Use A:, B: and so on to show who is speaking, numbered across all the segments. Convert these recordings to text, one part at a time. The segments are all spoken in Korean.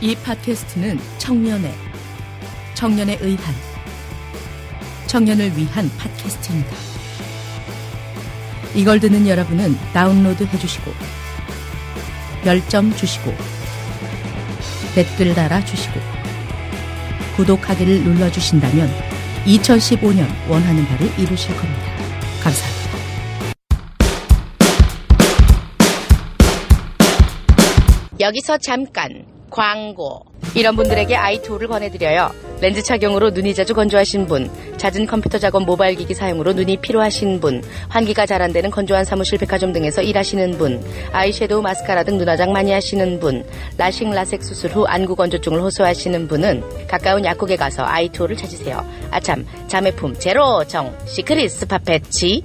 A: 이 팟캐스트는 청년의 청년에 의한 청년을 위한 팟캐스트입니다. 이걸 듣는 여러분은 다운로드 해주시고 별점 주시고 댓글 달아주시고 구독하기를 눌러주신다면 2015년 원하는 바를 이루실 겁니다. 감사합니다. 여기서 잠깐 광고. 이런 분들에게 아이투를 권해드려요. 렌즈 착용으로 눈이 자주 건조하신 분, 잦은 컴퓨터 작업 모바일 기기 사용으로 눈이 피로하신 분, 환기가 잘 안 되는 건조한 사무실 백화점 등에서 일하시는 분, 아이섀도우 마스카라 등 눈화장 많이 하시는 분, 라식 라섹 수술 후 안구 건조증을 호소하시는 분은 가까운 약국에 가서 아이투를 찾으세요. 아참, 자매품 제로 정 시크릿 스파 패치.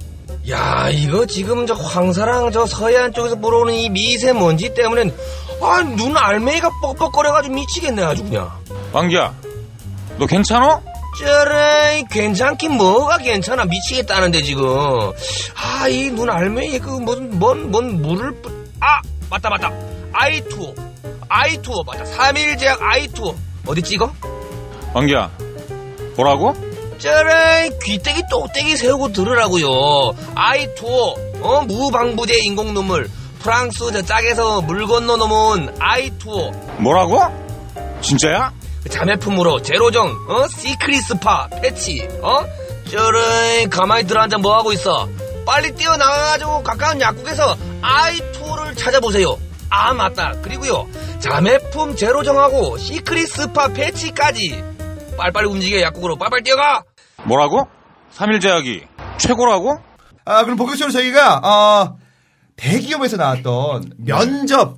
B: 야 이거 지금 저 황사랑 저 서해안 쪽에서 불어오는 이 미세먼지 때문에 아 눈 알맹이가 뻑뻑거려가지고 미치겠네 아주 그냥
C: 왕기야, 너 괜찮아?
B: 쩌라이 괜찮긴 뭐가 괜찮아 미치겠다는데 지금 아 이 눈 알맹이 그뭔뭔뭔 물을 뿌... 아 맞다 맞다 아이투어 아이투어 맞다 3일 제약 아이투어 어디 찍어?
C: 왕기야, 뭐라고?
B: 쩌라이 귀때기 똑때기 세우고 들으라고요. 아이투어 어 무방부제 인공눈물 프랑스 저 짝에서 물 건너 넘어온 아이투어
C: 뭐라고? 진짜야?
B: 자매품으로 제로정 어 시크릿스파 패치 어 쩌라이 가만히 들어앉아 뭐 하고 있어? 빨리 뛰어나가가지고 가까운 약국에서 아이투어를 찾아보세요. 아 맞다 그리고요 자매품 제로정하고 시크릿스파 패치까지 빨빨리 움직여 약국으로 빨빨 뛰어가.
C: 뭐라고? 3일 제약이 최고라고?
D: 아, 그럼 본격적으로 저희가, 어, 대기업에서 나왔던
E: 네.
D: 면접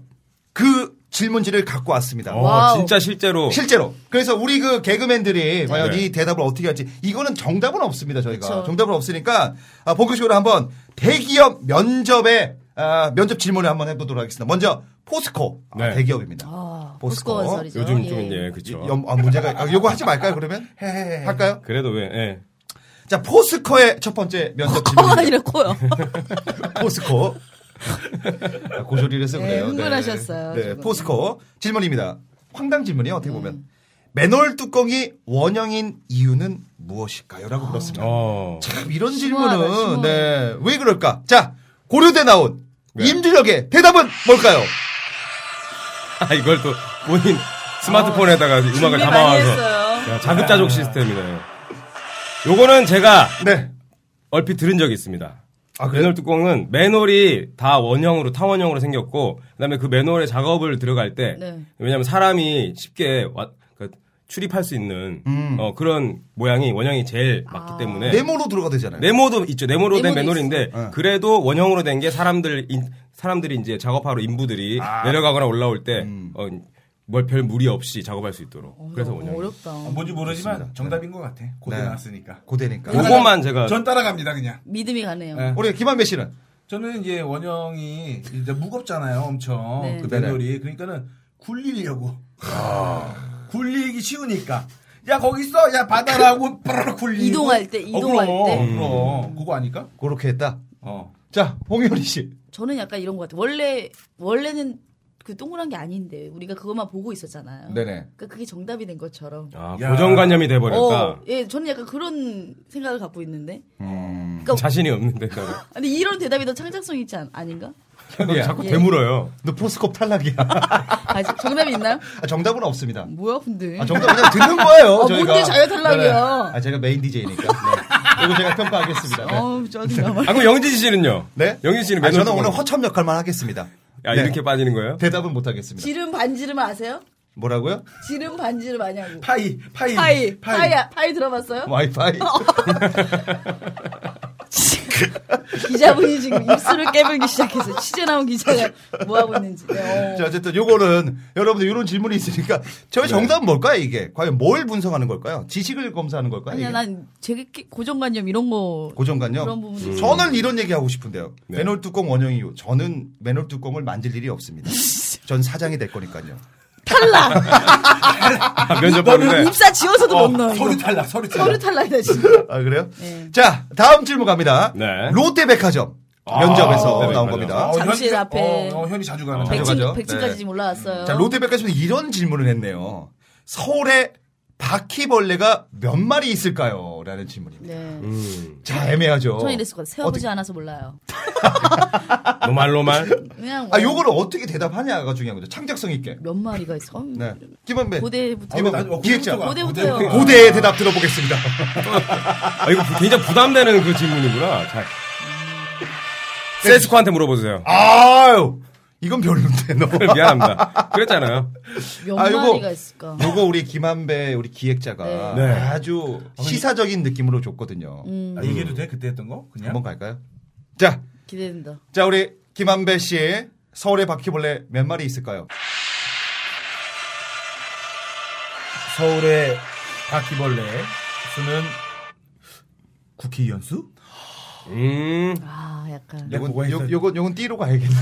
D: 그 질문지를 갖고 왔습니다.
A: 와우.
E: 진짜 실제로.
D: 실제로. 그래서 우리 그 개그맨들이 과연
E: 네.
D: 이 대답을 어떻게 할지 이거는 정답은 없습니다 저희가
A: 그쵸.
D: 정답은 없으니까 아, 본격적으로 한번 대기업 면접에 아, 면접 질문을 한번 해보도록 하겠습니다. 먼저 포스코 아,
E: 네.
D: 대기업입니다. 포스코.
A: 건설이죠.
E: 요즘
A: 예.
E: 좀, 예, 그쵸.
D: 이- 연- 아, 문제가 아, 요거 하지 말까요 그러면 할까요?
E: 그래도 왜, 예.
D: 자 포스코의 첫 번째 면접 질문
F: 아, 이랬고요.
D: 포스코. 아, 고조리를 쓰고
F: 네,
D: 그래요.
F: 흥분하셨어요,
D: 네,
F: 지금. 네.
D: 포스코 질문입니다. 황당 질문이에요. 어떻게 보면 맨홀 뚜껑이 원형인 이유는 무엇일까요?라고 물었습니다.
E: 어.
D: 참, 이런
F: 아. 심오하다,
D: 질문은
F: 심오해.
D: 네, 왜 그럴까? 자 고려대 나온
E: 네.
D: 임준혁의 대답은 뭘까요?
E: 아, 이걸 또 본인 스마트폰에다가 음악을
F: 준비 많이 했어요.
E: 담아와서. 야, 자급자족 시스템이네요. 요거는 제가
D: 네.
E: 얼핏 들은 적이 있습니다.
D: 아, 그래요?
E: 맨홀 뚜껑은 맨홀이 다 원형으로 타원형으로 생겼고 그다음에 그 맨홀에 작업을 들어갈 때
A: 네.
E: 왜냐하면 사람이 쉽게 와- 그 출입할 수 있는 어, 그런 모양이 원형이 제일 맞기 때문에
D: 네모로 들어가 되잖아요.
E: 네모도 있죠. 네모로 된
F: 네모도
E: 맨홀인데
D: 있어요. 예.
E: 그래도 원형으로 된 게 사람들 인- 사람들이 이제 작업하러 인부들이
D: 아.
E: 내려가거나 올라올
D: 음.
E: 어, 때뭘 별 무리 없이 작업할 수 있도록 그래서 원형.
F: 어렵다.
G: 뭔지 모르지만 정답인 것 같아. 고대
D: 네.
G: 나왔으니까.
D: 고대니까.
G: 네.
E: 요거만 제가
G: 전 따라갑니다 그냥.
F: 믿음이 가네요.
G: 네.
D: 우리 김한배 씨는
G: 저는 이제 원형이 이제 무겁잖아요, 엄청
F: 네.
G: 그 맨돌이. 그러니까는 굴리려고. 아. 굴리기 쉬우니까. 야 거기 있어, 야 받아라고 빠르르 굴리고.
F: 그 이동할 때, 이동할
G: 어, 그럼,
F: 때.
G: 그럼 그거 아닐까?
D: 그렇게 했다.
G: 어.
D: 자 홍효리 씨.
F: 저는 약간 이런 것 같아요. 원래, 원래는 그 동그란 게 아닌데, 우리가 그것만 보고 있었잖아요.
D: 네네.
F: 그러니까 그게 정답이 된 것처럼.
E: 아, 그러니까.
G: 야.
E: 고정관념이 돼버렸다.
F: 어, 예, 저는 약간 그런 생각을 갖고 있는데.
E: 자신이 없는데 아, 저는.
F: 근데 이런 대답이 더 창작성 있지 않, 아닌가?
E: 자꾸
F: 예.
E: 되물어요.
D: 너 포스코 탈락이야.
F: 아, 지- 정답이 있나요?
D: 아, 정답은 없습니다.
F: 뭐야, 근데.
D: 아, 정답 그냥 듣는 거예요.
F: 아,
D: 저희가.
F: 뭔데 자유 탈락이야.
D: 네, 네. 아, 제가 메인 DJ니까. 네. 이거 제가 평가하겠습니다. 네.
F: 어우, 짜증나.
E: 아, 그럼 영진 씨는요?
D: 네?
E: 영진 씨는
D: 아,
E: 맨홀
D: 저는 오늘
E: 뚜껑.
D: 허첨 역할만 하겠습니다.
E: 야,
D: 네.
E: 이렇게 빠지는 거예요?
D: 대답은 못 하겠습니다.
F: 지름 반지름 아세요?
D: 뭐라고요?
F: 지름 반지름 아냐고.
G: 파이, 파이,
F: 파이, 파이, 파이, 들어봤어요?
D: 와이파이.
F: 기자분이 지금 입술을 깨물기 시작해서 취재 나온 기자가 뭐 하고 있는지. 네, 어.
D: 자, 어쨌든 요거는 여러분들 이런 질문이 있으니까
E: 네.
D: 저희 정답은 뭘까요, 이게? 과연 뭘 분석하는 걸까요? 지식을 검사하는 걸까요?
F: 아니야,
D: 이게?
F: 난 되게 끼- 고정관념 이런 거. 그런 음.
D: 고정관념. 음.
F: 부분도 있어요.
D: 저는 이런 얘기 하고 싶은데요.
E: 네.
D: 맨홀 뚜껑 원형 이유. 저는 맨홀 뚜껑을 만질 일이 없습니다. 전 사장이 될 거니까요.
E: 아, 면접 보는데.
F: 입사 지워서도 못 넣어.
G: 서류 탈락, 서류 탈락.
D: 음.
F: 서류 탈락이다, 진짜.
D: 아 그래요?
F: 네.
D: 자 다음 질문 갑니다.
E: 네.
D: 롯데백화점 면접에서
E: 네, 네,
D: 나온
E: 맞아요.
D: 겁니다.
F: 잠실
G: 어, 현이가-
F: 앞에.
G: 어, 어, 현이 자주 가는.
D: 백지-
F: 백층,
D: 가져가죠.
F: 백층까지
D: 네.
F: 지금 올라왔어요.
D: 자, 롯데백화점에 이런 질문을 했네요. 서울에 바퀴벌레가 몇 마리 있을까요? 라는 질문입니다.
F: 네.
D: 자, 애매하죠.
F: 저는 이랬을 거예요. 세워보지
D: 어떻게-
F: 않아서 몰라요.
E: 노말 노말.
F: 그냥
D: 아, 요거를 어떻게 대답하냐가 중요한 거죠. 창작성 있게.
F: 몇 마리가 있어?
D: 네. 김원배.
F: 고대부터.
D: 이번
G: 나- 어,
D: 기획자.
G: 고대부터가-
F: 고대부터요.
G: 고대-
D: 고대의 대답 들어보겠습니다.
E: 아, 이거 굉장히 부담되는 그 질문이구나. 잘.
F: 음.
E: 세스코한테 물어보세요.
D: 아유, 이건 별론데, 너.
E: 미안합니다. 그랬잖아요.
F: 몇
D: 아, 요거-
F: 마리가 있을까?
D: 요거 우리 김한배 우리 기획자가
E: 네. 네.
D: 아주 시사적인 느낌으로 줬거든요.
F: 음,
G: 아, 얘기해도 돼? 그때 했던 거? 그냥?
D: 한번 갈까요? 자,
F: 기대된다.
D: 자 우리 김한배 씨의 서울의 바퀴벌레 몇 마리 있을까요?
G: 서울의 바퀴벌레 수는 국회의원 수?
E: 음.
F: 아, 약간.
G: 네, 그거
D: 요건
G: 해서-
D: 요, 요건 요건 띠로 가야겠네.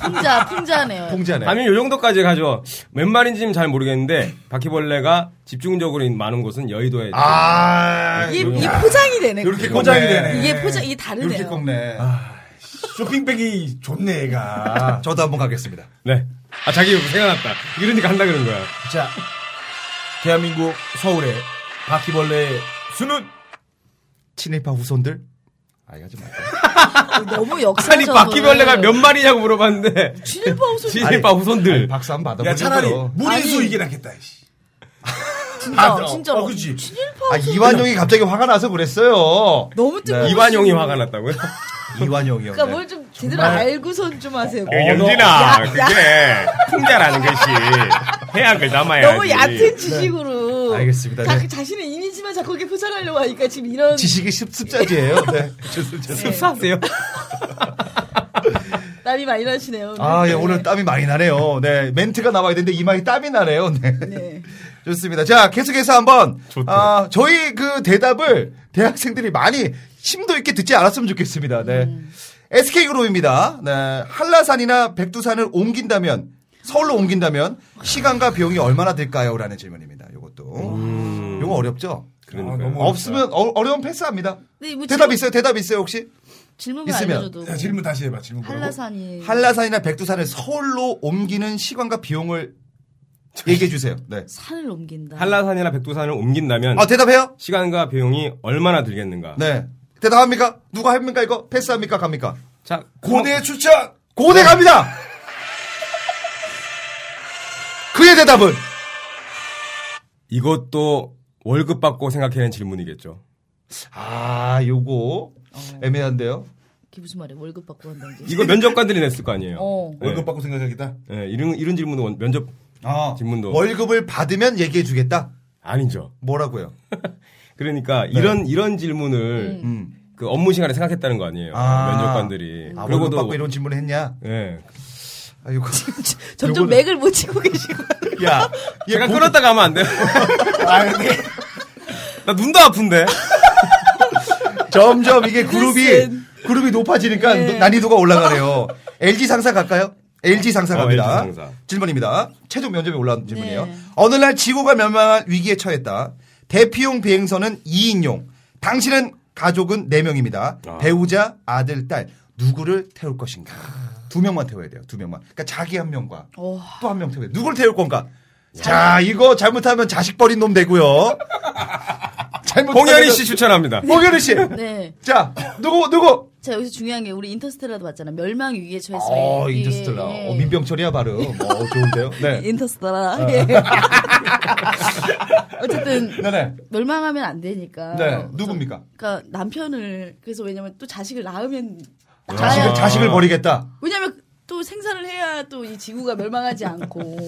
F: 풍자, 풍자네요.
D: 통제네.
E: 아니면 요 정도까지 가죠. 웬 말인지는 잘 모르겠는데 바퀴벌레가 집중적으로 많은 곳은 여의도에.
D: 아,
F: 이게, 이게 포장이 되네.
D: 이렇게
F: 그게.
D: 포장이
G: 되네.
D: 되네.
F: 이게 포장, 이게 다르네요.
D: 이렇게 꺾네.
G: 쇼핑백이 좋네, 얘가.
D: 아, 저도 한번 가겠습니다.
E: 네. 아 자기 생각났다. 이러니까 한다 그런 거야.
G: 자, 대한민국 서울의 바퀴벌레 수는
D: 친일파 후손들. 아, 이거 하지 말고.
F: 너무 역사적.
E: 아니 바퀴벌레가 몇 마리냐고 물어봤는데
F: 진일파 호소
E: 진일파 후손들.
D: 박수 한번 받아보세요.
G: 야 차라리 무리수
F: 아니.
G: 이게 낫겠다. 씨.
F: 진짜,
G: 아,
F: 진짜.
G: 어, 그치.
F: 진일파
D: 아, 이완용이 갑자기 화가 나서 그랬어요.
F: 너무 뜨거워.
E: 이완용이 화가 났다고요?
D: 어, 이완용이요.
F: 그러니까 뭘 좀 제대로 알고선 좀 하세요.
E: 어, 연진아
F: 야, 야.
E: 그게 풍자라는 것이 해악을 담아야지.
F: 너무 얕은 지식으로.
D: 네. 알겠습니다.
F: 자,
D: 네.
F: 자신의 이미지만 자꾸 이렇게 포장하려고 하니까 지금 이런.
D: 지식이 습습자지예요. 네. 죄송합니다.
E: 습사세요.
F: 땀이 많이 나시네요.
D: 아, 예,
F: 네.
D: 오늘 땀이 많이 나네요. 네, 멘트가 나와야 되는데 이마에 땀이 나네요. 네.
F: 네.
D: 좋습니다. 자, 계속해서 한번 아, 저희 그 대답을 대학생들이 많이 심도 있게 듣지 않았으면 좋겠습니다. 네.
F: 음.
D: SK 그룹입니다. 네. 한라산이나 백두산을 옮긴다면 서울로 옮긴다면 시간과 비용이 얼마나 들까요? 라는 질문입니다. 요것도. 요거 어렵죠?
G: 아, 너무 어렵다.
D: 없으면 어, 려운 패스합니다.
F: 네, 뭐
D: 대답
F: 질문-
D: 있어요? 대답 있어요, 혹시?
F: 질문만
D: 있으면.
F: 알려줘도.
G: 야, 질문 다시 해봐. 질문 뭐라고?
F: 한라산이.
D: 한라산이나 백두산을 서울로 옮기는 시간과 비용을 얘기해 주세요. 네.
F: 산을 옮긴다.
E: 한라산이나 백두산을 옮긴다면
D: 아, 대답해요?
E: 시간과 비용이 얼마나 들겠는가?
D: 네. 대답합니까? 누가 합니까? 이거 패스합니까? 갑니까?
E: 자
G: 고대
F: 어.
G: 추천.
D: 고대 갑니다. 그의 대답은
E: 이것도 월급 받고 생각해낸 질문이겠죠.
D: 아, 요거 애매한데요.
F: 이게 무슨 말이야? 월급 받고 한다는 게.
E: 이거 면접관들이 냈을 거 아니에요.
F: 어.
E: 네.
G: 월급 받고 생각하겠다.
E: 네, 이런 이런 질문도 원- 면접
D: 아,
E: 질문도.
D: 월급을 받으면 얘기해 주겠다.
E: 아니죠.
D: 뭐라고요?
E: 그러니까 이런 이런 질문을
D: 음.
E: 그 업무 시간에 생각했다는 거 아니에요.
D: 아.
E: 면접관들이.
D: 아, 월급
E: 그러고도
D: 받고 이런 질문을 했냐?
E: 예.
D: 아, 요거.
F: 점점
D: 요거는-
F: 맥을 못 치고 계시고.
D: 야, 얘
E: 제가
D: 보-
E: 끊었다가 하면 안 돼요? 나 눈도 아픈데.
D: 점점 이게 그룹이
F: 글쎄.
D: 그룹이 높아지니까
F: 네.
D: 난이도가 올라가네요. LG 상사 갈까요? LG 상사
E: 어,
D: 갑니다.
E: LG 상사.
D: 질문입니다. 최종 면접에 올라온 질문이에요.
F: 네.
D: 어느 날 지구가 멸망한 위기에 처했다. 대피용 비행선은 2인용. 당신은 가족은 4명입니다.
E: 아.
D: 배우자, 아들, 딸. 누구를 태울 것인가? 두 명만 태워야 돼요. 두 명만. 그러니까 자기 한 명과
F: 오.
D: 또 한 명 태워야 돼요. 누굴 태울 건가? 자, 이거 잘못하면 자식 버린 놈 되고요. 잘못
E: 홍현희 씨 추천합니다.
D: 홍현희 씨.
F: 네.
D: 자, 누구, 누구?
F: 자, 여기서 중요한 게 우리 인터스텔라도 봤잖아. 멸망 위기에 처했어.
D: 어,
F: 예.
D: 인터스텔라.
F: 예.
D: 어, 민병철이야, 바로. 어, 좋은데요? 네.
F: 인터스텔라. 예. 어쨌든
D: 네네.
F: 멸망하면 안 되니까.
D: 네. 누굽니까?
F: 그러니까 남편을 그래서 왜냐면 또 자식을 낳으면
D: 자식을,
F: 낳아야
D: 자식을 버리겠다.
F: 왜냐면 또 생산을 해야 또 이 지구가 멸망하지 않고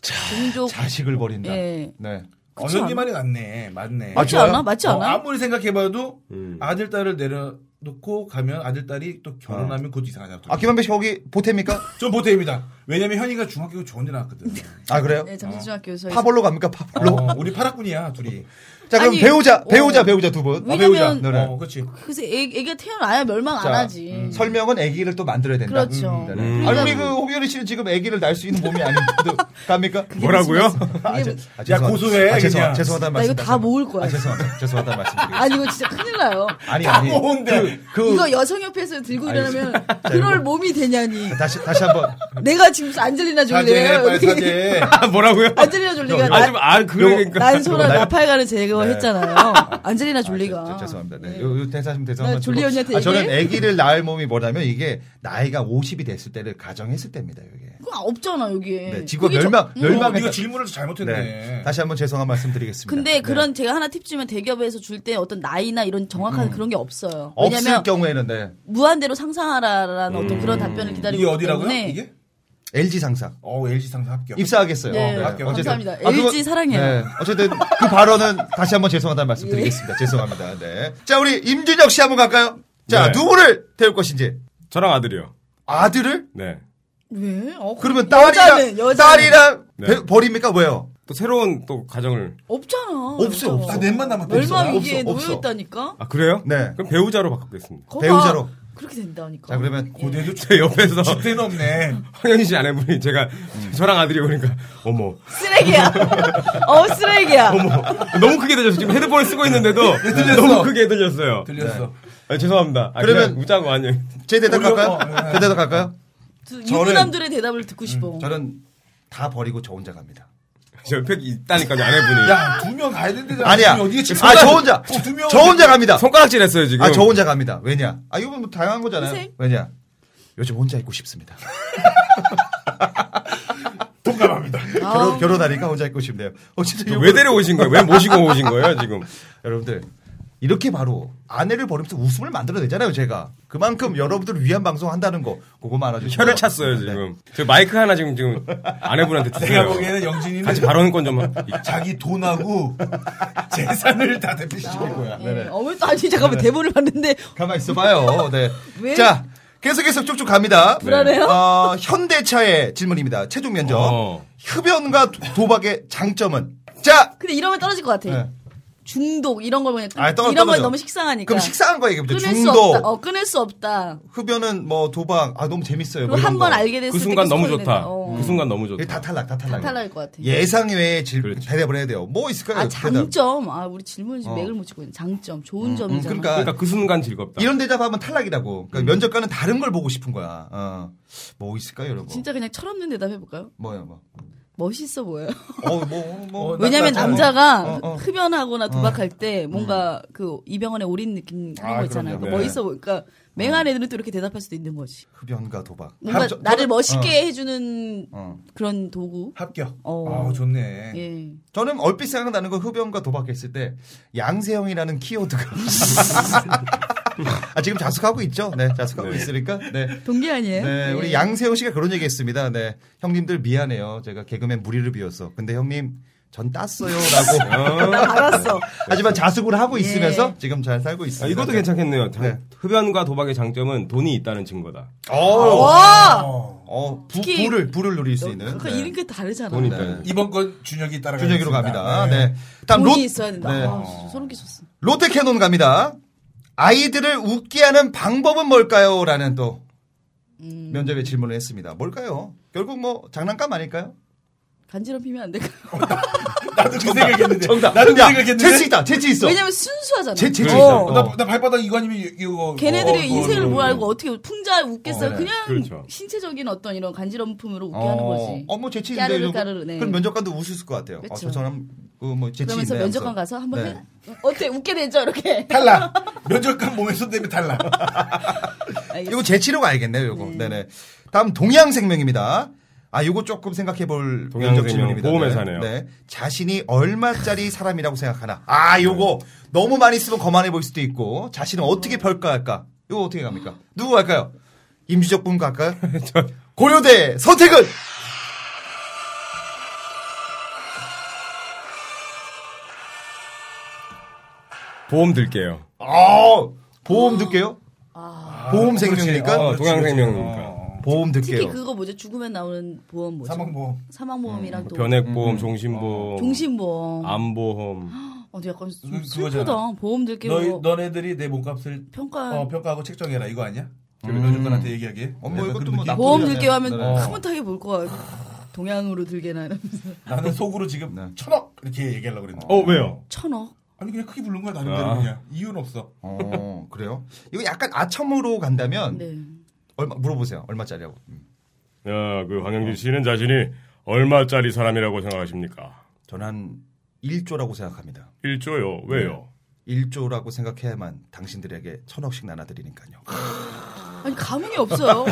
F: 종족
D: 자식을 버린다.
F: 예.
D: 네.
F: 그렇지
G: 어느 말이 낫네. 맞네.
F: 맞지 않아? 맞지
G: 어,
F: 않아?
G: 아무리 생각해봐도
D: 음.
G: 아들 딸을 내려놓고 가면 아들 딸이 또 결혼하면 그것도 이상하다.
D: 아, 어. 김한배 씨, 거기 보탭니까?
G: 전 보태입니다. 왜냐면 현이가 중학교 좋은 데 나왔거든.
D: 아 그래요?
F: 네, 잠수중학교에서
D: 파벌로 갑니까? 파벌로.
G: 어, 우리 파락군이야 둘이.
D: 자 그럼
F: 아니,
D: 배우자
F: 어.
D: 배우자 배우자 두 분.
G: 아,
F: 왜냐면-
G: 배우자.
D: 네, 네.
G: 어, 그렇지.
F: 그래서 애, 애기가 태어나야 멸망 안
D: 자, 음,
F: 하지.
D: 설명은 아기를 또 만들어야 된다.
F: 그렇죠.
D: 네, 네.
G: 음.
D: 아니 우리 그 홍현희 씨는 지금 아기를 낳을 수 있는 몸이 아닌데 갑니까?
E: 뭐라고요?
D: 아, 제- 아,
G: 야
D: 죄송합니다.
G: 고소해.
D: 아, 죄송,
G: 그냥.
D: 죄송하다는
F: 나
D: 말씀.
F: 이거 다 모을 거야.
D: 아, 죄송합니다. 죄송하다는 말씀 드리겠습니다.
F: 아니 이거 진짜 큰일 나요.
D: 아니, 아니.
G: 뭔데?
D: 그,
F: 이거 여성협회에서 들고 일어나면 그럴 몸이 되냐니.
D: 다시, 뭐- 다시 한 번.
F: 내가 지금 무슨 안젤리나
G: 사죄,
D: 네,
F: 졸리예요.
G: 빨리
F: 여기.
G: 사죄.
E: 아, 뭐라고요?
F: 안젤리나 졸리가
E: 아, 좀,
F: 나-
E: 아, 그러니까.
F: 난소랑
D: 나-
F: 나팔가를 제거했잖아요. 안젤리나 졸리가.
D: 네. 아, 죄- 죄- 죄송합니다. 네. 요, 요 대사 좀 대사
F: 나
D: 한번
F: 졸리
D: 주고.
F: 언니한테
D: 아, 저는
F: 얘기해?
D: 아기를 낳을 몸이 뭐냐면 이게 나이가 50이 됐을 때를 가정했을 때입니다, 이게.
F: 그거 없잖아 여기에.
D: 네, 지구가
F: 그게 저- 음.
D: 멸망,
G: 어,
D: 멸망했다.
G: 네가 질문을 잘못했네.
D: 네. 다시 한번 죄송한 말씀 드리겠습니다.
F: 근데
D: 네.
F: 그런 제가 하나 팁 주면 대기업에서 줄 때 어떤 나이나 이런 정확한 그런 게 없어요.
D: 음. 없을 음.
F: 왜냐면
D: 경우에는 네.
F: 무한대로 상상하라라는 어떤 그런 답변을 기다리고
G: 이게
F: 있기
G: 어디라고요?
F: 때문에
G: 이게?
D: LG 상사.
G: 어 LG 상사 합격.
D: 입사하겠어요.
F: 네,
D: 어쨌든.
F: 감사합니다.
D: 아, 그거-
F: LG 사랑해요. 예.
D: 어쨌든 그 발언은 다시 한번 죄송하다는 말씀 드리겠습니다. 죄송합니다. 네. 자, 우리 임준혁 씨 한번 갈까요? 자,
E: 네.
D: 누구를 태울 것인지.
E: 저랑 아들이요.
D: 아들을?
E: 네.
F: 왜? 어,
D: 그러면
F: 여자는,
D: 딸이랑
F: 여자는.
D: 딸이랑
E: 네.
D: 배- 버립니까 왜요?
E: 또 새로운 또 가정을.
F: 없잖아.
D: 없어요, 없어.
G: 아, 넷만 남았다.
F: 멸망
D: 없어,
F: 위기에
D: 없어, 없어.
F: 놓여 있다니까.
E: 아, 그래요?
D: 네.
E: 그럼 배우자로 바꾸겠습니다.
D: 배우자로.
F: 그렇게 된다니까.
D: 자 그러면
G: 고대도
E: 제 옆에서
G: 죽대는 없네.
E: 황현희 씨 아내분이 제가 저랑 아들이 오니까, 어머.
F: 쓰레기야. 어 쓰레기야.
E: 너무 크게 들렸어. 지금 헤드폰을 쓰고 있는데도.
G: 들렸어.
E: 너무 크게 들렸어요.
G: 들렸어.
E: 아, 죄송합니다. 아,
D: 그러면-
E: 그러면 웃자고 아니에요.
D: 제 대답
G: 올려-
D: 갈까요?
G: 어, 네.
D: 제 대답 갈까요?
F: 두-
D: 저는- 음,
F: 유부남들의 대답을 듣고 싶어.
D: 저는 다 버리고 저 혼자 갑니다.
E: 저 옆에 있다니까요, 아내분이.
G: 야 두 명 가야 된대.
D: 네. 아니야.
G: 어디에 지금
D: 아 저 혼자.
G: 어, 두 명.
D: 저 혼자 갑니다.
E: 손가락질 했어요, 지금.
D: 아 저 혼자 갑니다. 왜냐? 아 이건 뭐 다양한 거잖아요.
F: 선생?
D: 왜냐? 요즘 혼자 있고 싶습니다.
G: 동감합니다.
F: 아.
G: 아,
D: 결혼 결혼하니까 혼자 있고 싶네요. 어쨌든
E: 저왜
D: 이거는- 그
E: 데려오신 거예요? 왜 모시고 오신 거예요, 지금?
D: 여러분들 이렇게 바로 아내를 버리면서 웃음을 만들어내잖아요 제가 그만큼 여러분들 위한 방송 한다는 거 그거만 알아주시고
E: 혀를
D: 네.
E: 찼어요, 지금. 저 마이크 하나 지금, 지금 아내분한테
G: 내가
E: 주세요.
G: 보기에는 영진이는
E: 같이 발언권 좀. 하-
G: 자기 돈하고 재산을 다 대피시킬 거야.
F: 네. 어, 왜 또, 아니, 잠깐만, 대본을 봤는데,
D: 가만 있어봐요 네.
F: 왜? 네.
D: 자 계속해서 쭉쭉 갑니다
F: 불안해요?
D: 어, 현대차의 질문입니다 최종 면접
E: 어.
D: 흡연과 도- 도박의 장점은 자
F: 근데 이러면 떨어질 것 같아.
D: 네.
F: 중독, 이런 걸 보니까.
D: 아, 떨어-
F: 이런 건
D: 떨어져.
F: 너무 식상하니까.
D: 그럼 식상한 거 얘기해보죠
F: 끊을 수
D: 중독
F: 없다. 어, 끊을 수 없다.
D: 흡연은 뭐 도박 아 너무 재밌어요
F: 그리고
D: 뭐 이런
F: 한 번
D: 거.
F: 알게 됐을
E: 그
F: 때
E: 순간
F: 계속
E: 너무
F: 하게
E: 좋다.
F: 된다. 어.
E: 그 순간 너무 좋다.
D: 다 탈락 다 탈락
F: 탈락일 것 같아.
D: 예상 외의 질,
E: 그렇죠.
D: 대답을 해야 돼요 뭐 있을까요
F: 아,
D: 대답.
F: 장점. 아, 우리 질문이 지금 맥을 못 치고 있는 장점. 좋은
D: 어. 음,
F: 점이잖아.
D: 그러니까
E: 그러니까 그 순간 즐겁다.
D: 이런 대답하면 탈락이라고.
E: 음.
D: 그러니까 면접관은 다른 걸 보고 싶은 거야. 어. 뭐 있을까요, 여러분?
F: 진짜 그냥 철없는 대답 해볼까요?
D: 뭐요, 뭐.
F: 멋있어 보여요.
D: 어, 뭐, 뭐.
G: 어, 나-
F: 왜냐면
G: 나- 나-
F: 남자가
D: 어, 어. 음.
F: 흡연하거나 도박할 때 뭔가 그 이병헌의 올인 느낌 그런
D: 아,
F: 거 있잖아요.
D: 그럼요.
F: 그러니까
D: 어.
F: 멋있어 보여. 그러니까 맹한 애들은 또 이렇게 대답할 수도 있는 거지.
D: 흡연과 도박.
F: 뭔가
D: 아, 저-
F: 나를
D: 저는-
F: 멋있게
D: 어,
F: 해주는
D: 어.
F: 그런 도구.
G: 합격.
F: 어.
G: 어, 좋네.
F: 예.
D: 저는 얼핏 생각나는 건 흡연과 도박했을 때 양세형이라는 키워드가. 아, 지금 자숙하고 있죠? 네, 자숙하고 있으니까. 네.
F: 동기 아니에요?
D: 네, 우리 양세형 씨가 그런 얘기 했습니다. 네. 형님들 미안해요. 제가 개그맨 무리를 비워서. 근데 형님, 전 땄어요. 라고.
F: 알았어. 예.
D: 하지만 자숙을 하고 있으면서 지금 잘 살고 있습니다.
E: 아, 이것도
D: 네.
E: 괜찮겠네요. 장-
D: 네.
E: 흡연과 도박의 장점은 돈이 있다는 증거다.
D: 어,
F: 와!
D: 어, 부,
F: 특히-
D: 부를 부를 누릴 수 있는
F: 그
D: 네.
F: 이름까지 다르잖아.
E: 돈이 있다는. 증거.
G: 이번 건 준혁이 따라가.
D: 준혁이로 갑니다. 네. 다음
F: 돈이
D: 롯,
F: 있어야 된다.
D: 네.
F: 아, 진짜 소름 끼쳤어.
D: 롯데캐논 갑니다. 아이들을 웃게 하는 방법은 뭘까요? 라는 또
F: 음.
D: 면접에 질문을 했습니다. 뭘까요? 결국 뭐 장난감 아닐까요?
F: 간지럽히면 안 될까?
G: 나도 그 생각했는데.
D: 나는
G: 그 생각했는데. 네.
D: 재치 있다. 재치 있어.
F: 왜냐면 순수하잖아.
D: 제- 제주도.
F: 어.
D: 어.
G: 나, 나 발바닥 이거 아니면 이- 이거.
F: 걔네들이
G: 어, 어,
F: 인생을
G: 어,
F: 뭘
G: 어.
F: 알고 어떻게 풍자 웃겠어요?
D: 어, 네.
F: 그냥
E: 그렇죠.
F: 신체적인 어떤 이런 간지럼품으로 웃게 하는
D: 어,
F: 거지.
D: 어, 뭐 재치
F: 까르르,
D: 있는데.
F: 까르르, 네.
D: 그럼 면접관도 웃을 것 같아요. 어,
F: 그쵸.
D: 저 사람 그, 뭐 재치 있네.
F: 그러면서
D: 하면서.
F: 면접관 가서 한번
D: 네.
F: 해- 어때 웃게 되죠 이렇게.
G: 탈락. 면접관 몸에서 때문에 탈락.
D: 이거 재치로 가야겠네요, 요거. 네. 네 다음 동양생명입니다. 아, 요거 조금 생각해 볼
E: 동양생명,
D: 질문입니다.
E: 보험회사네요.
D: 네. 네. 자신이 얼마짜리 사람이라고 생각하나. 아, 요거 너무 많이 쓰면 거만해 보일 수도 있고 자신은 어떻게 평가할까? 요거 어떻게 갑니까? 누구 갈까요? 임주적 분 갈까요? 고려대 선택은
E: 보험 들게요.
D: 아, 보험 들게요. 보험 생명이니까
E: 어, 동양생명이니까.
D: 보험
F: 특히
D: 들게요.
F: 그거 뭐죠? 죽으면 나오는 보험 뭐죠?
G: 사망보험.
F: 사망보험이랑 또
E: 변액보험, 종신보험,
F: 어, 종신보험.
E: 암보험.
F: 어, 근데 약간 좀
G: 그-
E: 음,
G: 그거잖아.
F: 슬프다. 보험 들게
G: 너희
F: 뭐
G: 너네들이 내 몸값을
F: 평가
G: 어, 평가하고 책정해라 이거 아니야? 변호사한테 얘기하게.
D: 음. 어, 뭐
G: 약간
D: 이것도
G: 그런
D: 뭐
G: 느낌?
D: 나쁘지
F: 보험
D: 않아요.
F: 들게 하면
D: 네.
F: 흐뭇하게 볼 거 같아. 동양으로 들게 나면서
G: 나는 속으로 지금
D: 네.
G: 천억 이렇게 얘기하려고 그랬는데.
F: 어,
D: 어.
E: 왜요?
F: 천억.
G: 아니 그냥 크게 부른 거야 나름대로 그냥 이유는 없어.
D: 어, 그래요? 이거 약간 아첨으로 간다면
F: 네.
D: 얼마 물어보세요. 얼마짜리라고? 음.
E: 야, 그 황영진 씨는 자신이 얼마짜리 사람이라고 생각하십니까?
D: 저는 한 1조라고 생각합니다.
E: 1조요. 왜요?
D: 1조라고 생각해야만 당신들에게 천억씩 나눠드리니까요.
F: 아니 가문이 없어요.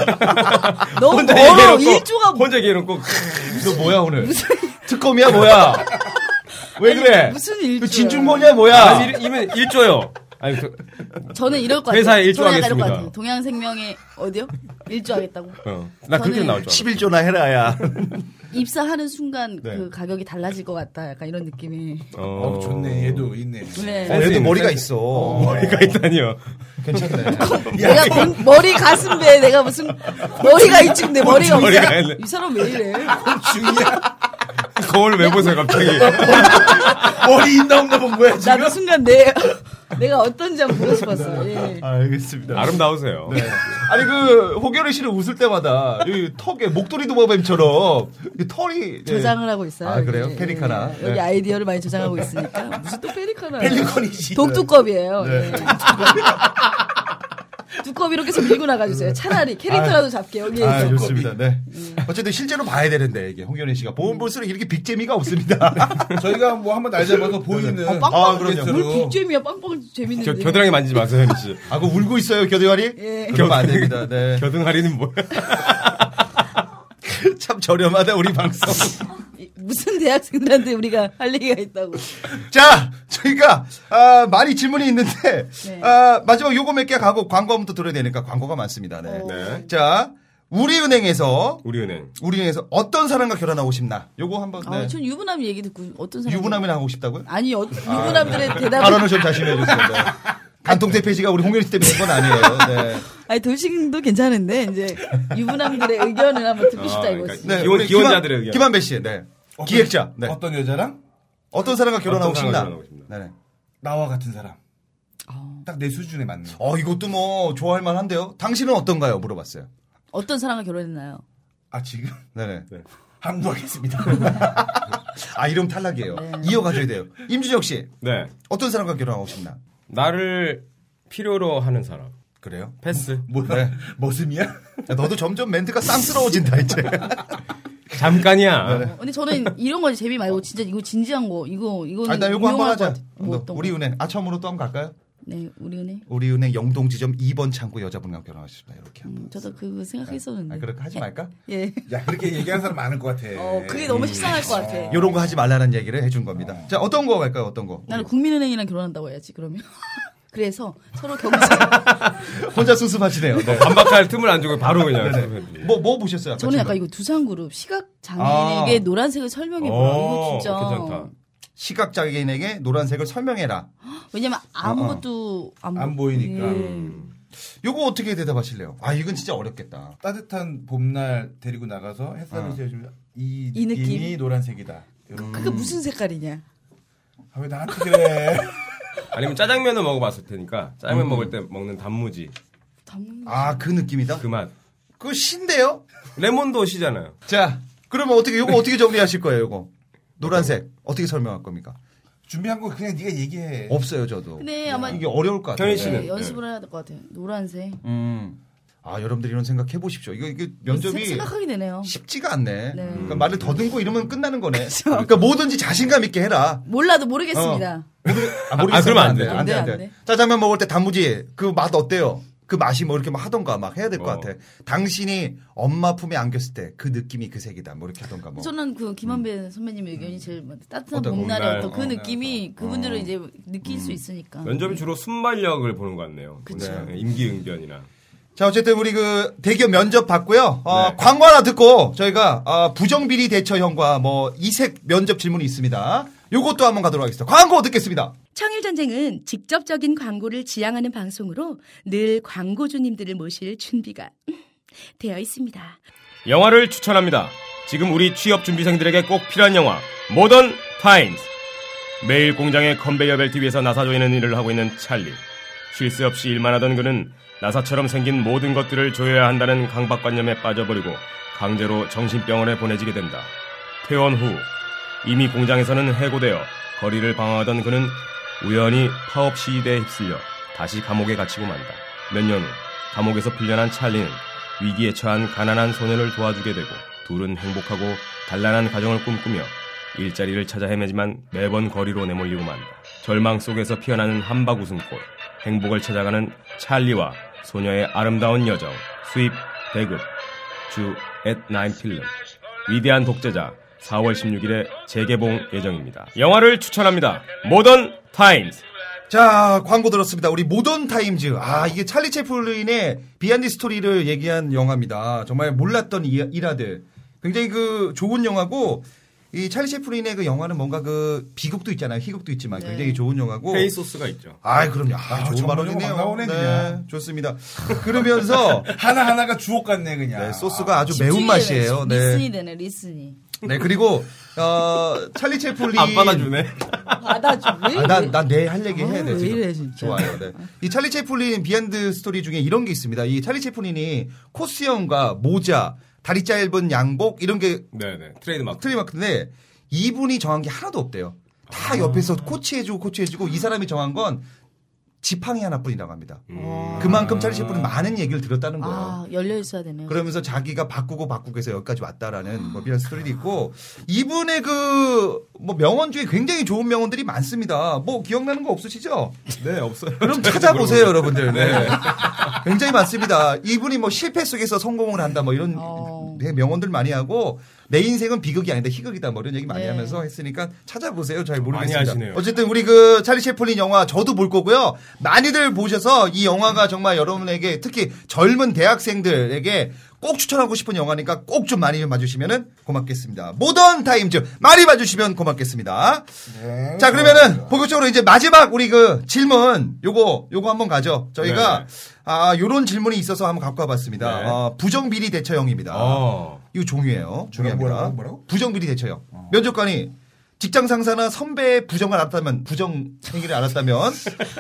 F: 너무
E: 혼자
F: 멀어.
E: 얘기해놓고,
F: 일조가 뭐-
E: 네. 혼자 얘기해놓고
D: 너 뭐야 오늘? 특검이야 뭐야? 왜 그래?
F: 무슨 일조?
D: 너 진중권이야 뭐야?
E: 아니, 일- 이면 1조요. 아니, 그,
F: 저는 이럴 것 같아요.
E: 회사에 일조
F: 저는 약간
E: 하겠습니다.
F: 이럴 것 같아요. 동양생명에 어디요? 일조하겠다고.
E: 어. 나 그렇게
F: 저는
E: 나올 줄
D: 11조나 해라야.
F: 입사하는 순간
D: 네.
F: 그 가격이 달라질 것 같다. 약간 이런 느낌이.
E: 알았어. 어,
G: 어, 좋네 얘도 있네.
F: 네.
D: 어, 얘도 머리가 있어.
E: 머리가 있다니요.
D: 괜찮네.
F: 내가 본- 머리 가슴 배에 내가 무슨 머리가 있지 근데 머리가 없어.
E: 머리가 있네.
F: 이 사람 왜 이래?
E: 거울 왜 보세요, 갑자기?
G: 머리 있나 없나 본 거야 지금.
F: 나도 순간 내 내가 어떤지 한번 보고
D: 네.
F: 싶었어. 예.
D: 아, 알겠습니다. 네.
E: 아름다우세요.
F: 네.
D: 아니 그 호결이 씨는 웃을 때마다 이 턱에 목도리 도마뱀처럼 이 네. 털이
F: 저장을 하고 있어요.
D: 아, 그래요?
F: 예, 예,
D: 페리카나.
F: 예. 여기
D: 네.
F: 아이디어를 많이 저장하고 있으니까 무슨 또 페리카나?
G: 펠리컨이지.
F: 독두껍이에요.
D: 네.
F: 예. 두꺼비로 계속 밀고 나가주세요. 차라리 캐릭터라도 잡게 여기에
D: 아,
F: 있어.
D: 좋습니다. 네.
F: 음.
D: 어쨌든 실제로 봐야 되는데 이게 홍현희 씨가 보험 볼수록 이렇게 빅재미가 없습니다.
G: 저희가 뭐 한번 날 잡아서 보이는.
D: 아, 그럼요.
G: 팟캐스트로.
F: 뭘 어, 빅잼이야 빵빵 재밌는데.
E: 겨, 겨드랑이 만지지 마세요, 현 씨.
D: 아, 그 울고 있어요, 겨드랑이?
F: 예.
D: 그러면 안 됩니다. 네.
E: 겨드랑이는 뭐야?
D: 참 저렴하다 우리 방송.
F: 이- 무슨 대학생들한테 우리가 할 얘기가 있다고.
D: 네. 자, 저희가 아, 많이 질문이 있는데
F: 네.
D: 아, 마지막 요거 몇 개 가고 광고부터 들어야 되니까 광고가 많습니다. 네.
F: 어.
E: 네.
D: 자, 우리은행에서
E: 우리은행.
D: 우리은행에서 어떤 사람과 결혼하고 싶나? 요거 한번
F: 아,
D: 네.
F: 전 유부남 얘기 듣고 어떤 사람?
D: 유부남이나 하고 싶다고요?
F: 아니 어, 유부남들의 대답.
D: 발언을 좀 자신해 주세요. 네. 간통 대패지가 우리 홍현희 씨 때문에 된건 아니에요. 네.
F: 아니 돌싱도 괜찮은데 이제 유부남들의 의견을 한번
D: 아,
F: 듣고 싶다
E: 그러니까
F: 이거지.
E: 기혼-
D: 네. 우리
E: 기혼자들의 의견.
D: 김한배 씨, 네.
G: 어떤-
D: 기획자, 네.
G: 어떤 여자랑
D: 어떤 사람과 결혼하고
E: 어떤
D: 싶나?
E: 사람과 결혼하고 싶나?
D: 네네.
G: 나와 같은 사람. 딱 내 수준에 맞는.
D: 어, 이것도 뭐 좋아할 만한데요. 당신은 어떤가요? 물어봤어요.
F: 어떤 사람과 결혼했나요?
G: 아 지금
D: 네네.
G: 함구하겠습니다.
D: 아 이름 탈락이에요.
F: 네.
D: 이어가줘야 돼요. 임준혁 씨
E: 네.
D: 어떤 사람과 결혼하고 싶나?
E: 나를 필요로 하는 사람.
D: 그래요?
E: 패스.
G: 뭐야? 네. 머슴이야?
D: 야, 너도 점점 멘트가 쌍스러워진다 이제.
E: 잠깐이야.
F: 근데 저는 이런 거 재미 말고 진짜 이거 진지한 거 이거 이거는
D: 아나 요거 한번
F: 유용할 것
D: 하자.
F: 같아. 뭐 어떤
D: 우리
F: 거?
D: 은행 아첨으로 또 한번 갈까요?
F: 네 우리 은행.
D: 우리 은행 영동 지점 2번 창구 여자분과 결혼하고 싶다 이렇게. 한번.
F: 음, 저도 그거 생각했었는데.
D: 아 그렇게 하지 말까?
F: 예.
D: 네.
G: 야 그렇게 얘기하는 사람 많을 것 같아.
F: 어 그게 너무 식상할 것 같아.
D: 요런 거 하지 말라는 얘기를 해준 겁니다. 자 어떤 거 갈까요? 어떤 거?
F: 나는 국민은행이랑 결혼한다고 해야지 그러면. 그래서 서로 경쟁.
D: 혼자 수습하시네요. 네.
E: 어, 반박할 틈을 안 주고 바로
F: 네.
E: 그냥.
G: 네.
D: 뭐, 뭐 보셨어요? 아까
F: 저는 약간
D: 지금?
F: 이거 두산그룹 시각 장애인에게 노란색을 설명해 보라. 이거
E: 오,
F: 진짜.
E: 괜찮다.
D: 시각장애인에게 노란색을 설명해라.
F: 왜냐면 아무것도 안, 예.
G: 안
F: 보-
G: 보이니까.
D: 요거 어떻게 대답하실래요? 아 이건 진짜 어렵겠다.
G: 따뜻한 봄날 데리고 나가서 햇살을
D: 어.
G: 쬐주면 이,
F: 이 느낌.
G: 느낌이 노란색이다. 이런.
F: 그게 무슨 색깔이냐?
G: 아, 왜 나한테 그래?
E: 아니면 짜장면을 먹어봤을 테니까
F: 음.
E: 짜장면 먹을 때 먹는 단무지
F: 담-
D: 아 그 느낌이다.
E: 그
D: 그,
E: 맛.
D: 거 신데요?
E: 레몬도 시잖아요.
D: 자 그러면 어떻게 요거 어떻게 정리하실 거예요? 요거 노란색 어떻게 설명할 겁니까?
G: 준비한 거 그냥 네가 얘기해.
D: 없어요 저도.
F: 근데 네, 아마
D: 이게 어려울 것 같아요.
E: 현희 씨는?
F: 네, 연습을 해야 될 것 같아요. 노란색.
D: 음. 아 여러분들이 이런 생각 해보십시오. 이거 이게
F: 세-
D: 면접이
F: 생각하게 되네요.
D: 쉽지가
F: 네.
D: 않네. 그러니까 말을 더듬고 이러면 끝나는 거네. 그러니까 뭐든지 자신감 있게 해라.
F: 몰라도 모르겠습니다.
D: 아,
E: 아, 그러면 안
D: 돼요.
E: 돼요.
D: 안 돼, 안
F: 안 돼, 안
D: 돼.
F: 돼.
D: 짜장면 먹을 때 단무지 그 맛 어때요? 그 맛이 뭐 이렇게 막 하던가 막 해야 될 것
E: 어.
D: 같아. 당신이 엄마 품에 안겼을 때 그 느낌이 그 색이다. 뭐 이렇게 하던가 뭐. 음.
F: 저는 그 김한배 선배님 의견이 제일 맞- 따뜻한
D: 어떤 네,
F: 봄날의
E: 봄날,
F: 어떤 그
E: 어,
F: 느낌이 그분들은 이제 느낄
D: 음.
F: 수 있으니까.
E: 면접이 주로 순발력을 보는 것 같네요.
F: 그쵸.
E: 네, 임기응변이나.
D: 자 어쨌든 우리 그 대기업 면접 봤고요. 어,
E: 네.
D: 광고 하나 듣고 저희가 아, 부정비리 대처형과 뭐 이색 면접 질문이 있습니다. 요것도 한번 가도록 하겠습니다. 광고 듣겠습니다.
A: 청일전쟁은 직접적인 광고를 지향하는 방송으로 늘 광고주님들을 모실 준비가 되어 있습니다.
E: 영화를 추천합니다. 지금 우리 취업 준비생들에게 꼭 필요한 영화 모던 타임스. 매일 공장의 컨베이어 벨트 위에서 나사 조이는 일을 하고 있는 찰리. 쉴 새 없이 일만 하던 그는 나사처럼 생긴 모든 것들을 조여야 한다는 강박관념에 빠져버리고 강제로 정신병원에 보내지게 된다. 퇴원 후 이미 공장에서는 해고되어 거리를 방황하던 그는 우연히 파업 시위대에 휩쓸려 다시 감옥에 갇히고 만다. 몇 년 후 감옥에서 풀려난 찰리는 위기에 처한 가난한 소년을 도와주게 되고 둘은 행복하고 단란한 가정을 꿈꾸며 일자리를 찾아 헤매지만 매번 거리로 내몰리고 만다. 절망 속에서 피어나는 함박 웃음꽃, 행복을 찾아가는 찰리와 소녀의 아름다운 여정, 수입, 배급, 주 앳나인 필름, 위대한 독재자 4월 16일에 재개봉 예정입니다. 영화를 추천합니다. 모던 타임스.
D: 자, 광고 들었습니다. 우리 모던 타임즈. 아, 이게 찰리 채플린의 비하인드 스토리를 얘기한 영화입니다. 정말 몰랐던 이- 일화들. 굉장히 그 좋은 영화고 이 찰리 채플린의 그 영화는 뭔가 그 비극도 있잖아요. 희극도 있지만 굉장히 좋은 영화고.
E: 페이소스가 있죠.
D: 아, 그럼요. 아, 좋은
G: 정말
D: 발언이네요.
G: 영화 나오네,
D: 네,
G: 그냥.
D: 좋습니다. 그러면서
G: 하나 하나가 주옥 같네 그냥.
D: 네, 소스가 아주 매운 맛이에요.
F: 리슨이
D: 네.
F: 되네 리슨이.
D: 네, 그리고 어, 찰리 채플린
E: 안 받아주네.
F: 받아줘. 왜?
D: 아, 난, 난 내 할 얘기 해야
F: 아,
D: 돼,
F: 왜
D: 지금.
F: 이래, 진짜.
D: 좋아요, 네. 이 찰리 채플린 비하인드 스토리 중에 이런 게 있습니다. 이 찰리 채플린이 코스형과 모자, 다리 짧은 양복, 이런 게
E: 네네. 트레이드마크.
D: 트레이마크인데 이분이 정한 게 하나도 없대요. 다 옆에서 코치해주고 코치해주고 이 사람이 정한 건 지팡이 하나뿐이라고 합니다. 그만큼 찰리 채플린 많은 얘기를 들었다는 거예요.
F: 아 열려 있어야 되네요. 아.
D: 그러면서 자기가 바꾸고 바꾸고 해서 여기까지 왔다라는 뭐 이런 스토리도 있고 이분의 그 뭐 명언 중에 굉장히 좋은 명언들이 많습니다. 뭐 기억나는 거 없으시죠?
E: 네, 없어요.
D: 그럼 찾아보세요, 여러분들. 네. 굉장히 많습니다. 이분이 뭐 실패 속에서 성공을 한다 뭐 이런
F: 어.
D: 네, 명언들 많이 하고 내 인생은 비극이 아닌데 희극이다 뭐 이런 얘기 많이
F: 네.
D: 하면서 했으니까 찾아보세요. 잘 모르겠습니다.
E: 많이 하시네요.
D: 어쨌든 우리 그 찰리 채플린 영화 저도 볼 거고요. 많이들 보셔서 이 영화가 정말 여러분에게 특히 젊은 대학생들에게 꼭 추천하고 싶은 영화니까 꼭 좀 많이 좀 봐주시면 고맙겠습니다. 모던 타임즈 많이 봐주시면 고맙겠습니다.
G: 네.
D: 자 그러면은 본격적으로 이제 마지막 우리 그 질문 요거 요거 한번 가죠. 저희가
E: 네네.
D: 아 요런 질문이 있어서 한번 갖고 와봤습니다.
E: 네.
D: 어, 부정비리 대처형입니다.
E: 어.
D: 이거 종이에요. 중요합니다.
G: 뭐라고, 뭐라고?
D: 부정비리 대처형. 면접관이 직장 상사나 선배의 부정을 알았다면 부정 행위를 알았다면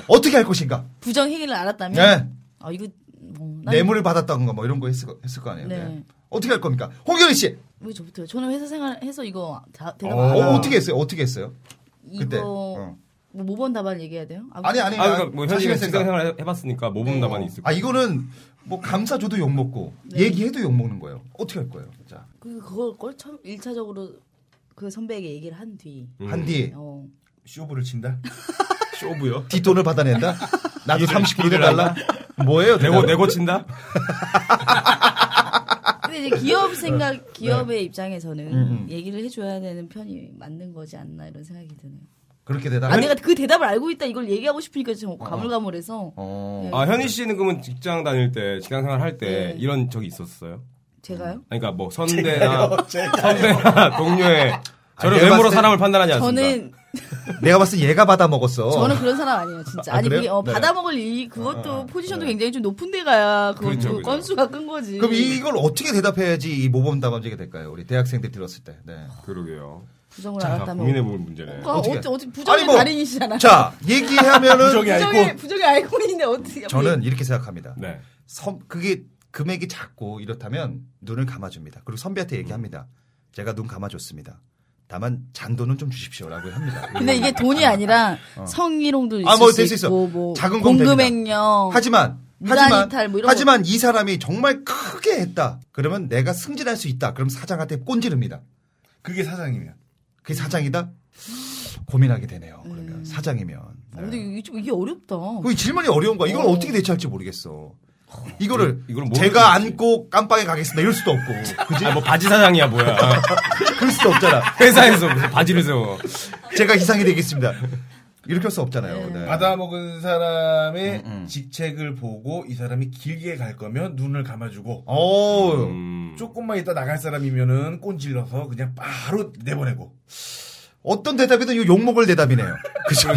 D: 어떻게 할 것인가?
F: 부정 행위를 알았다면.
D: 네.
F: 아 이거 뭐, 난
D: 뇌물을 받았다던가 뭐 이런 거 했을, 거- 했을 거 아니에요.
F: 네.
D: 네. 어떻게 할 겁니까? 홍결희 씨,
F: 왜 저부터요? 저는 회사 생활해서 이거 다, 대답
D: 어,
F: 안 하고
D: 어떻게 했어요? 어떻게 했어요?
F: 이거
D: 그때. 어.
F: 뭐 모범 답안 얘기해야 돼요? 아,
D: 아니 아니.
E: 아, 그러니까 뭐 현실에
D: 자신의 생각.
E: 직장생활 해봤으니까 모범 답안이 있을
D: 아
E: 거예요.
D: 이거는 뭐 감사 줘도 욕 먹고
F: 네.
D: 얘기해도 욕 먹는 거예요. 어떻게 할 거예요? 자,
F: 그 그걸 꼴 처음 일차적으로 그 선배에게 얘기를 한 뒤.
E: 음.
D: 한 뒤에 네
F: 어.
G: 쇼부를 친다.
E: 쇼부요.
D: 뒷돈을 받아낸다. 나도
E: 일을-
D: 39대
E: 일을
D: 달라. 뭐예요?
E: 내고
D: 대답은?
E: 내고 친다.
F: 근데 이제 기업 생각 기업의 입장에서는 얘기를 해줘야 되는 편이 맞는 거지 않나 이런 생각이 드네요.
D: 그렇게 대답.
F: 아 내가 그 대답을 알고 있다 이걸 얘기하고 싶으니까 좀 가물가물해서
D: 어.
E: 아 현희 씨는 그러면 직장 다닐 때 직장 생활 할 때
F: 네.
E: 이런 적이 있었어요?
F: 제가요?
E: 아니, 그러니까 뭐 선배나 선배나 동료의 저를
D: 내가
E: 외모로
D: 봤을 때-
E: 사람을 판단하지 않습니다.
F: 저는
D: 내가 봤을 때 얘가 받아 먹었어.
F: 저는 그런 사람 아니에요 진짜
D: 아,
F: 아니
D: 그래요?
F: 그게 어,
D: 네.
F: 받아먹을 이 그것도 포지션도 굉장히 좀 높은 데 가야 그것도
E: 그렇죠, 그렇죠.
F: 건수가 끈 거지.
D: 그럼 이걸 어떻게 대답해야지 이 모범 답안지게 될까요? 우리 대학생들 들었을 때. 네.
E: 그러게요.
F: 부정을
E: 자,
F: 알았다면
E: 고민해 볼 문제네.
F: 어,
D: 어떻게?
F: 어떻게 어떻게 부정의
D: 아니, 뭐-
F: 달인이시잖아.
D: 자, 얘기하면은
F: 부정의 부정의 아이콘인데 어떻게?
D: 저는 이렇게 생각합니다.
E: 네.
D: 섬 그게 금액이 작고 이렇다면 눈을 감아줍니다. 그리고 선배한테 얘기합니다. 제가 눈 감아줬습니다. 다만 잔돈은 좀 주십시오라고 합니다.
F: 근데 이게 돈이 아니라 성희롱도 있을
D: 아, 뭐
F: 수
D: 될수 있어.
F: 있고 뭐
D: 작은 건
F: 공금횡령
D: 하지만
F: 무단
D: 하지만
F: 어. 이탈 뭐 이런
D: 하지만 이 사람이 정말 크게 했다. 그러면 내가 승진할 수 있다. 그럼 사장한테 꼰지릅니다.
G: 그게 사장이면.
D: 그게 사장이다? 고민하게 되네요. 그러면 사장이면.
F: 어, 근데 이게, 좀- 이게 어렵다.
D: 그 질문이 어려운 거야. 이걸 어. 떻게 대처할지 모르겠어. 이거를
E: 이걸 모르겠지.
D: 제가 안고 깜빵에 가겠습니다. 이럴 수도 없고. 그지?
E: 아, 뭐 바지 사장이야 뭐야.
D: 그럴 수도 없잖아.
E: 회사에서 무슨 바지를 세워.
D: 제가 이상이 되겠습니다. 이렇게 할 수 없잖아요. 네.
G: 받아먹은 사람의
E: 음,
G: 직책을 보고 이 사람이 길게 갈 거면 눈을 감아주고
D: 오,
E: 음,
G: 조금만 있다 나갈 사람이면은 꼰질러서 그냥 바로 내보내고
E: 그렇죠.
D: 어떤 대답이든 이거 욕먹을 대답이네요. 그죠?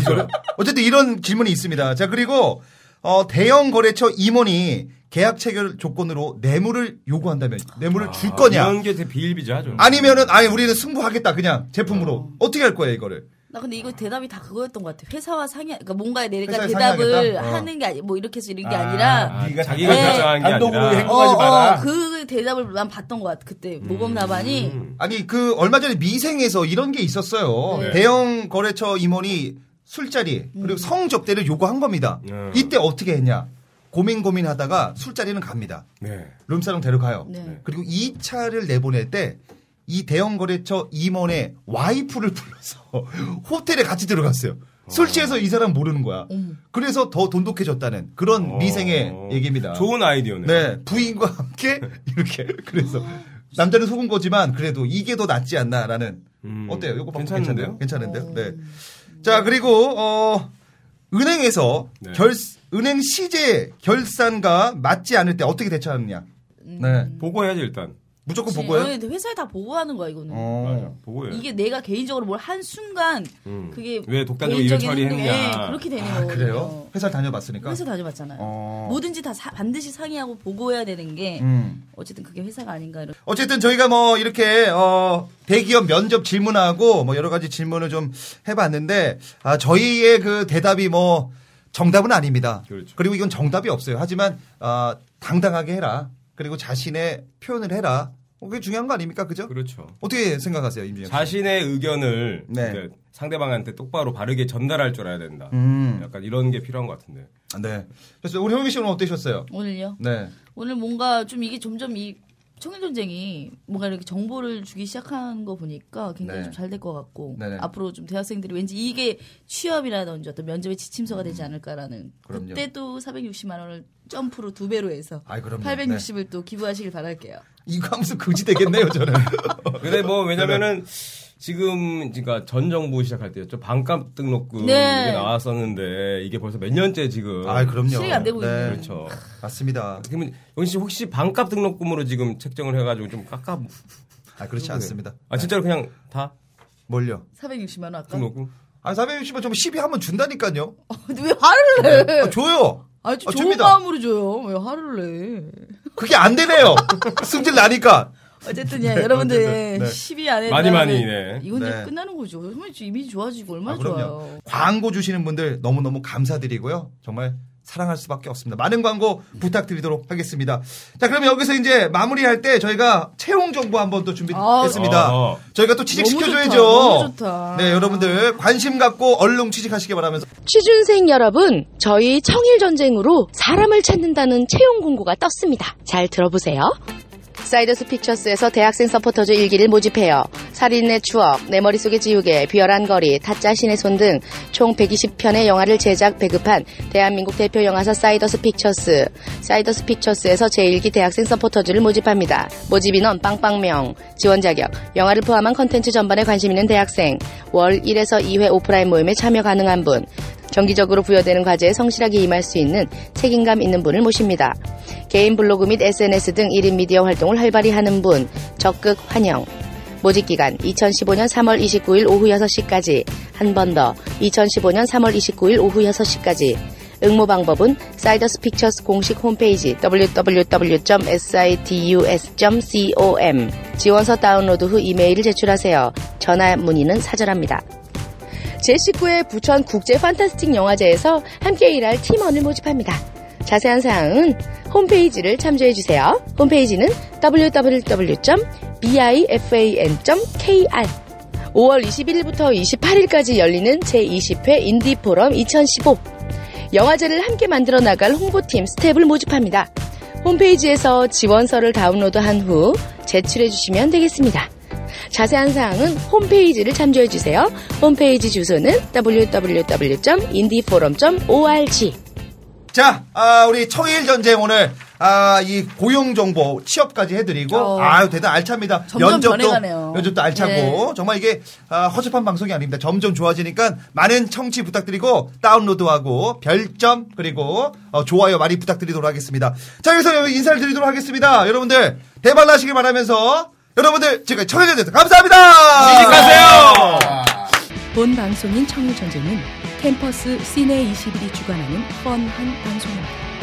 D: 어쨌든 이런 질문이 있습니다. 자, 그리고, 어, 대형 거래처 임원이 계약 체결 조건으로 뇌물을 요구한다면 뇌물을 줄 거냐?
E: 아, 이런 게 되게 비일비재하죠.
D: 아니면은 아예 우리는 승부하겠다 그냥 제품으로 어떻게 할 거야 이거를?
F: 나 근데 이거 대답이 다 그거였던 것 같아. 회사와 상의, 그러니까 뭔가에 내가
D: 회사에
F: 대답을
D: 상의하겠다? 어.
F: 하는 게 아니, 뭐 이렇게 해서 이런 게 아니라.
E: 아,
G: 네가
E: 자기가
F: 네.
E: 결정한 게
G: 단독으로
E: 아니라
G: 해. 행동하지 마라.
F: 그 대답을 난 봤던 것 같아. 그때
D: 음.
F: 모범나반이
D: 아니 그 얼마 전에 미생에서 이런 게 있었어요.
E: 네.
D: 대형 거래처 임원이 술자리 그리고 성접대를 요구한 겁니다.
E: 음.
D: 이때 어떻게 했냐? 고민 고민하다가 술자리는 갑니다.
E: 네.
D: 룸사롱 데려가요.
F: 네.
D: 그리고 이 차를 내보낼 때 이 대형 거래처 임원의 와이프를 불러서 호텔에 같이 들어갔어요. 술 취해서 이 사람 모르는 거야. 그래서 더 돈독해졌다는 그런 미생의
E: 어,
D: 얘기입니다.
E: 좋은 아이디어네.
D: 네, 부인과 함께 이렇게 그래서 남자는 속은 거지만 그래도 이게 더 낫지 않나라는
E: 음,
D: 어때요? 이거 방법 괜찮은데요?
E: 괜찮은데요?
D: 괜찮은데요? 네. 자 그리고 어 은행에서
E: 네.
D: 결 은행 시제 결산과 맞지 않을 때 어떻게 대처하느냐? 네,
E: 보고해야지 일단.
D: 무조건
F: 그치.
D: 보고요.
F: 너네 회사에 다 보고하는 거야 이거는.
E: 맞아.
D: 뭐 어.
E: 보고해.
F: 이게 내가 개인적으로 뭘 한 순간
E: 음.
F: 그게
E: 왜 독단적으로 일을
F: 개인적인 행동에
E: 처리했느냐.
F: 그렇게 되는
D: 아,
F: 거거든요.
D: 그래요? 회사 다녀봤으니까.
F: 회사 다녀봤잖아요.
D: 어.
F: 뭐든지 다 사- 반드시 상의하고 보고해야 되는 게
D: 음.
F: 어쨌든 그게 회사가 아닌가 이런.
D: 어쨌든 저희가 뭐 이렇게 어, 대기업 면접 질문하고 뭐 여러 가지 질문을 좀 해봤는데 아, 저희의 그 대답이 뭐 정답은 아닙니다.
E: 그렇죠.
D: 리고 이건 정답이 없어요. 하지만 아, 당당하게 해라. 그리고 자신의 표현을 해라. 어, 그게 중요한 거 아닙니까, 그죠?
E: 그렇죠.
D: 어떻게 생각하세요, 임준혁? 씨?
E: 자신의 의견을
D: 네.
E: 이제 상대방한테 똑바로 바르게 전달할 줄 알아야 된다.
D: 음.
E: 약간 이런 게 필요한 것 같은데.
D: 네. 그래서 우리 형민 씨는 어떠셨어요?
F: 오늘요?
D: 네.
F: 오늘 뭔가 좀 이게 점점 이 청일 전쟁이 뭔가 이렇게 정보를 주기 시작한 거 보니까 굉장히
D: 네.
F: 좀 잘 될 것 같고
D: 네네.
F: 앞으로 좀 대학생들이 왠지 이게 취업이라든지 어떤 면접의 지침서가 되지 않을까라는
D: 음. 그럼요.
F: 때도 460만 원을 점프로 두 배로 해서
D: 아이, 그럼요. 네.
F: 860을 또 기부하시길 바랄게요.
D: 이거 하면서 거지 되겠네요, 저는. 어,
E: 근데 뭐 왜냐면은 지금 그러니까 전 정부 시작할 때였죠. 반값 등록금
F: 네.
E: 이게 나왔었는데 이게 벌써 몇 년째 지금.
D: 아, 그럼요.
F: 실례가 안 되고 있네요.
E: 그렇죠.
D: 맞습니다.
E: 그러면 영희 씨 혹시 반값 등록금으로 지금 책정을 해가지고 좀 깎아.
D: 아, 그렇지 않습니다.
E: 아 진짜로 그냥 다
D: 뭘요?
F: 460만 원 아까
E: 등록금.
D: 아, 460원 좀 시비 한번 준다니까요.
F: 근데 왜 화를 내?
D: 아, 줘요.
F: 아, 좀
D: 아,
F: 좋은
D: 줍니다.
F: 마음으로 줘요. 왜 화를 내?
D: 그게 안 되네요. 승질 나니까. 아,
F: 어쨌든 예, 여러분들
D: 어쨌든, 네.
F: 10위 안에
E: 많이 많이,
F: 들어가면
E: 네.
F: 이건 이제
D: 네.
F: 끝나는 거죠. 얼마나 이미지 좋아지고 얼마나
D: 아,
F: 좋아요.
D: 광고 주시는 분들 너무너무 감사드리고요. 정말 사랑할 수밖에 없습니다. 많은 광고 부탁드리도록 하겠습니다. 자, 그러면 여기서 이제 마무리할 때 저희가 채용 정보 한번 또 준비했습니다.
E: 아우. 어.
D: 저희가 또 취직시켜줘야죠.
F: 너무 좋다, 너무 좋다.
D: 네, 여러분들 관심 갖고 얼른 취직하시길 바라면서
A: 취준생 여러분, 저희 청일전쟁으로 사람을 찾는다는 채용 공고가 떴습니다. 잘 들어보세요. 사이더스 픽처스에서 대학생 서포터즈 일기를 모집해요. 살인의 추억, 내 머릿속의 지우개, 비열한 거리, 타짜 신의 손 등 총 120편의 영화를 제작, 배급한 대한민국 대표 영화사 사이더스 픽처스. 사이더스 픽처스에서 제1기 대학생 서포터즈를 모집합니다. 모집인원 빵빵명, 지원 자격, 영화를 포함한 컨텐츠 전반에 관심 있는 대학생, 월 1에서 2회 오프라인 모임에 참여 가능한 분, 정기적으로 부여되는 과제에 성실하게 임할 수 있는 책임감 있는 분을 모십니다. 개인 블로그 및 SNS 등 1인 미디어 활동을 활발히 하는 분 적극 환영. 모집 기간 2015년 3월 29일 오후 6시까지 한 번 더 2015년 3월 29일 오후 6시까지 응모 방법은 사이더스 픽처스 공식 홈페이지 www.sidus.com 지원서 다운로드 후 이메일을 제출하세요. 전화 문의는 사절합니다. 제19회 부천 국제 판타스틱 영화제에서 함께 일할 팀원을 모집합니다. 자세한 사항은 홈페이지를 참조해 주세요. 홈페이지는 www.bifan.kr 5월 21일부터 28일까지 열리는 제20회 인디포럼 2015 영화제를 함께 만들어 나갈 홍보팀 스텝을 모집합니다. 홈페이지에서 지원서를 다운로드한 후 제출해 주시면 되겠습니다. 자세한 사항은 홈페이지를 참조해 주세요. 홈페이지 주소는 www.indieforum.org
D: 자, 아, 우리 청일 전쟁 오늘 아, 이 고용 정보 취업까지 해드리고
F: 어.
D: 아유 대단 알찹니다.
F: 점점 변해가네요.
D: 연접도 알차고
F: 네.
D: 정말 이게 아, 허접한 방송이 아닙니다. 점점 좋아지니까 많은 청취 부탁드리고 다운로드하고 별점 그리고 어, 좋아요 많이 부탁드리도록 하겠습니다. 자, 여기서 인사를 드리도록 하겠습니다. 여러분들 대박 나시길 바라면서 여러분들 지금까지 청일 전쟁 감사합니다.
E: 안녕하세요.
A: 본 방송인 청일전쟁은 캠퍼스 시내 21이 주관하는 뻔한 방송입니다.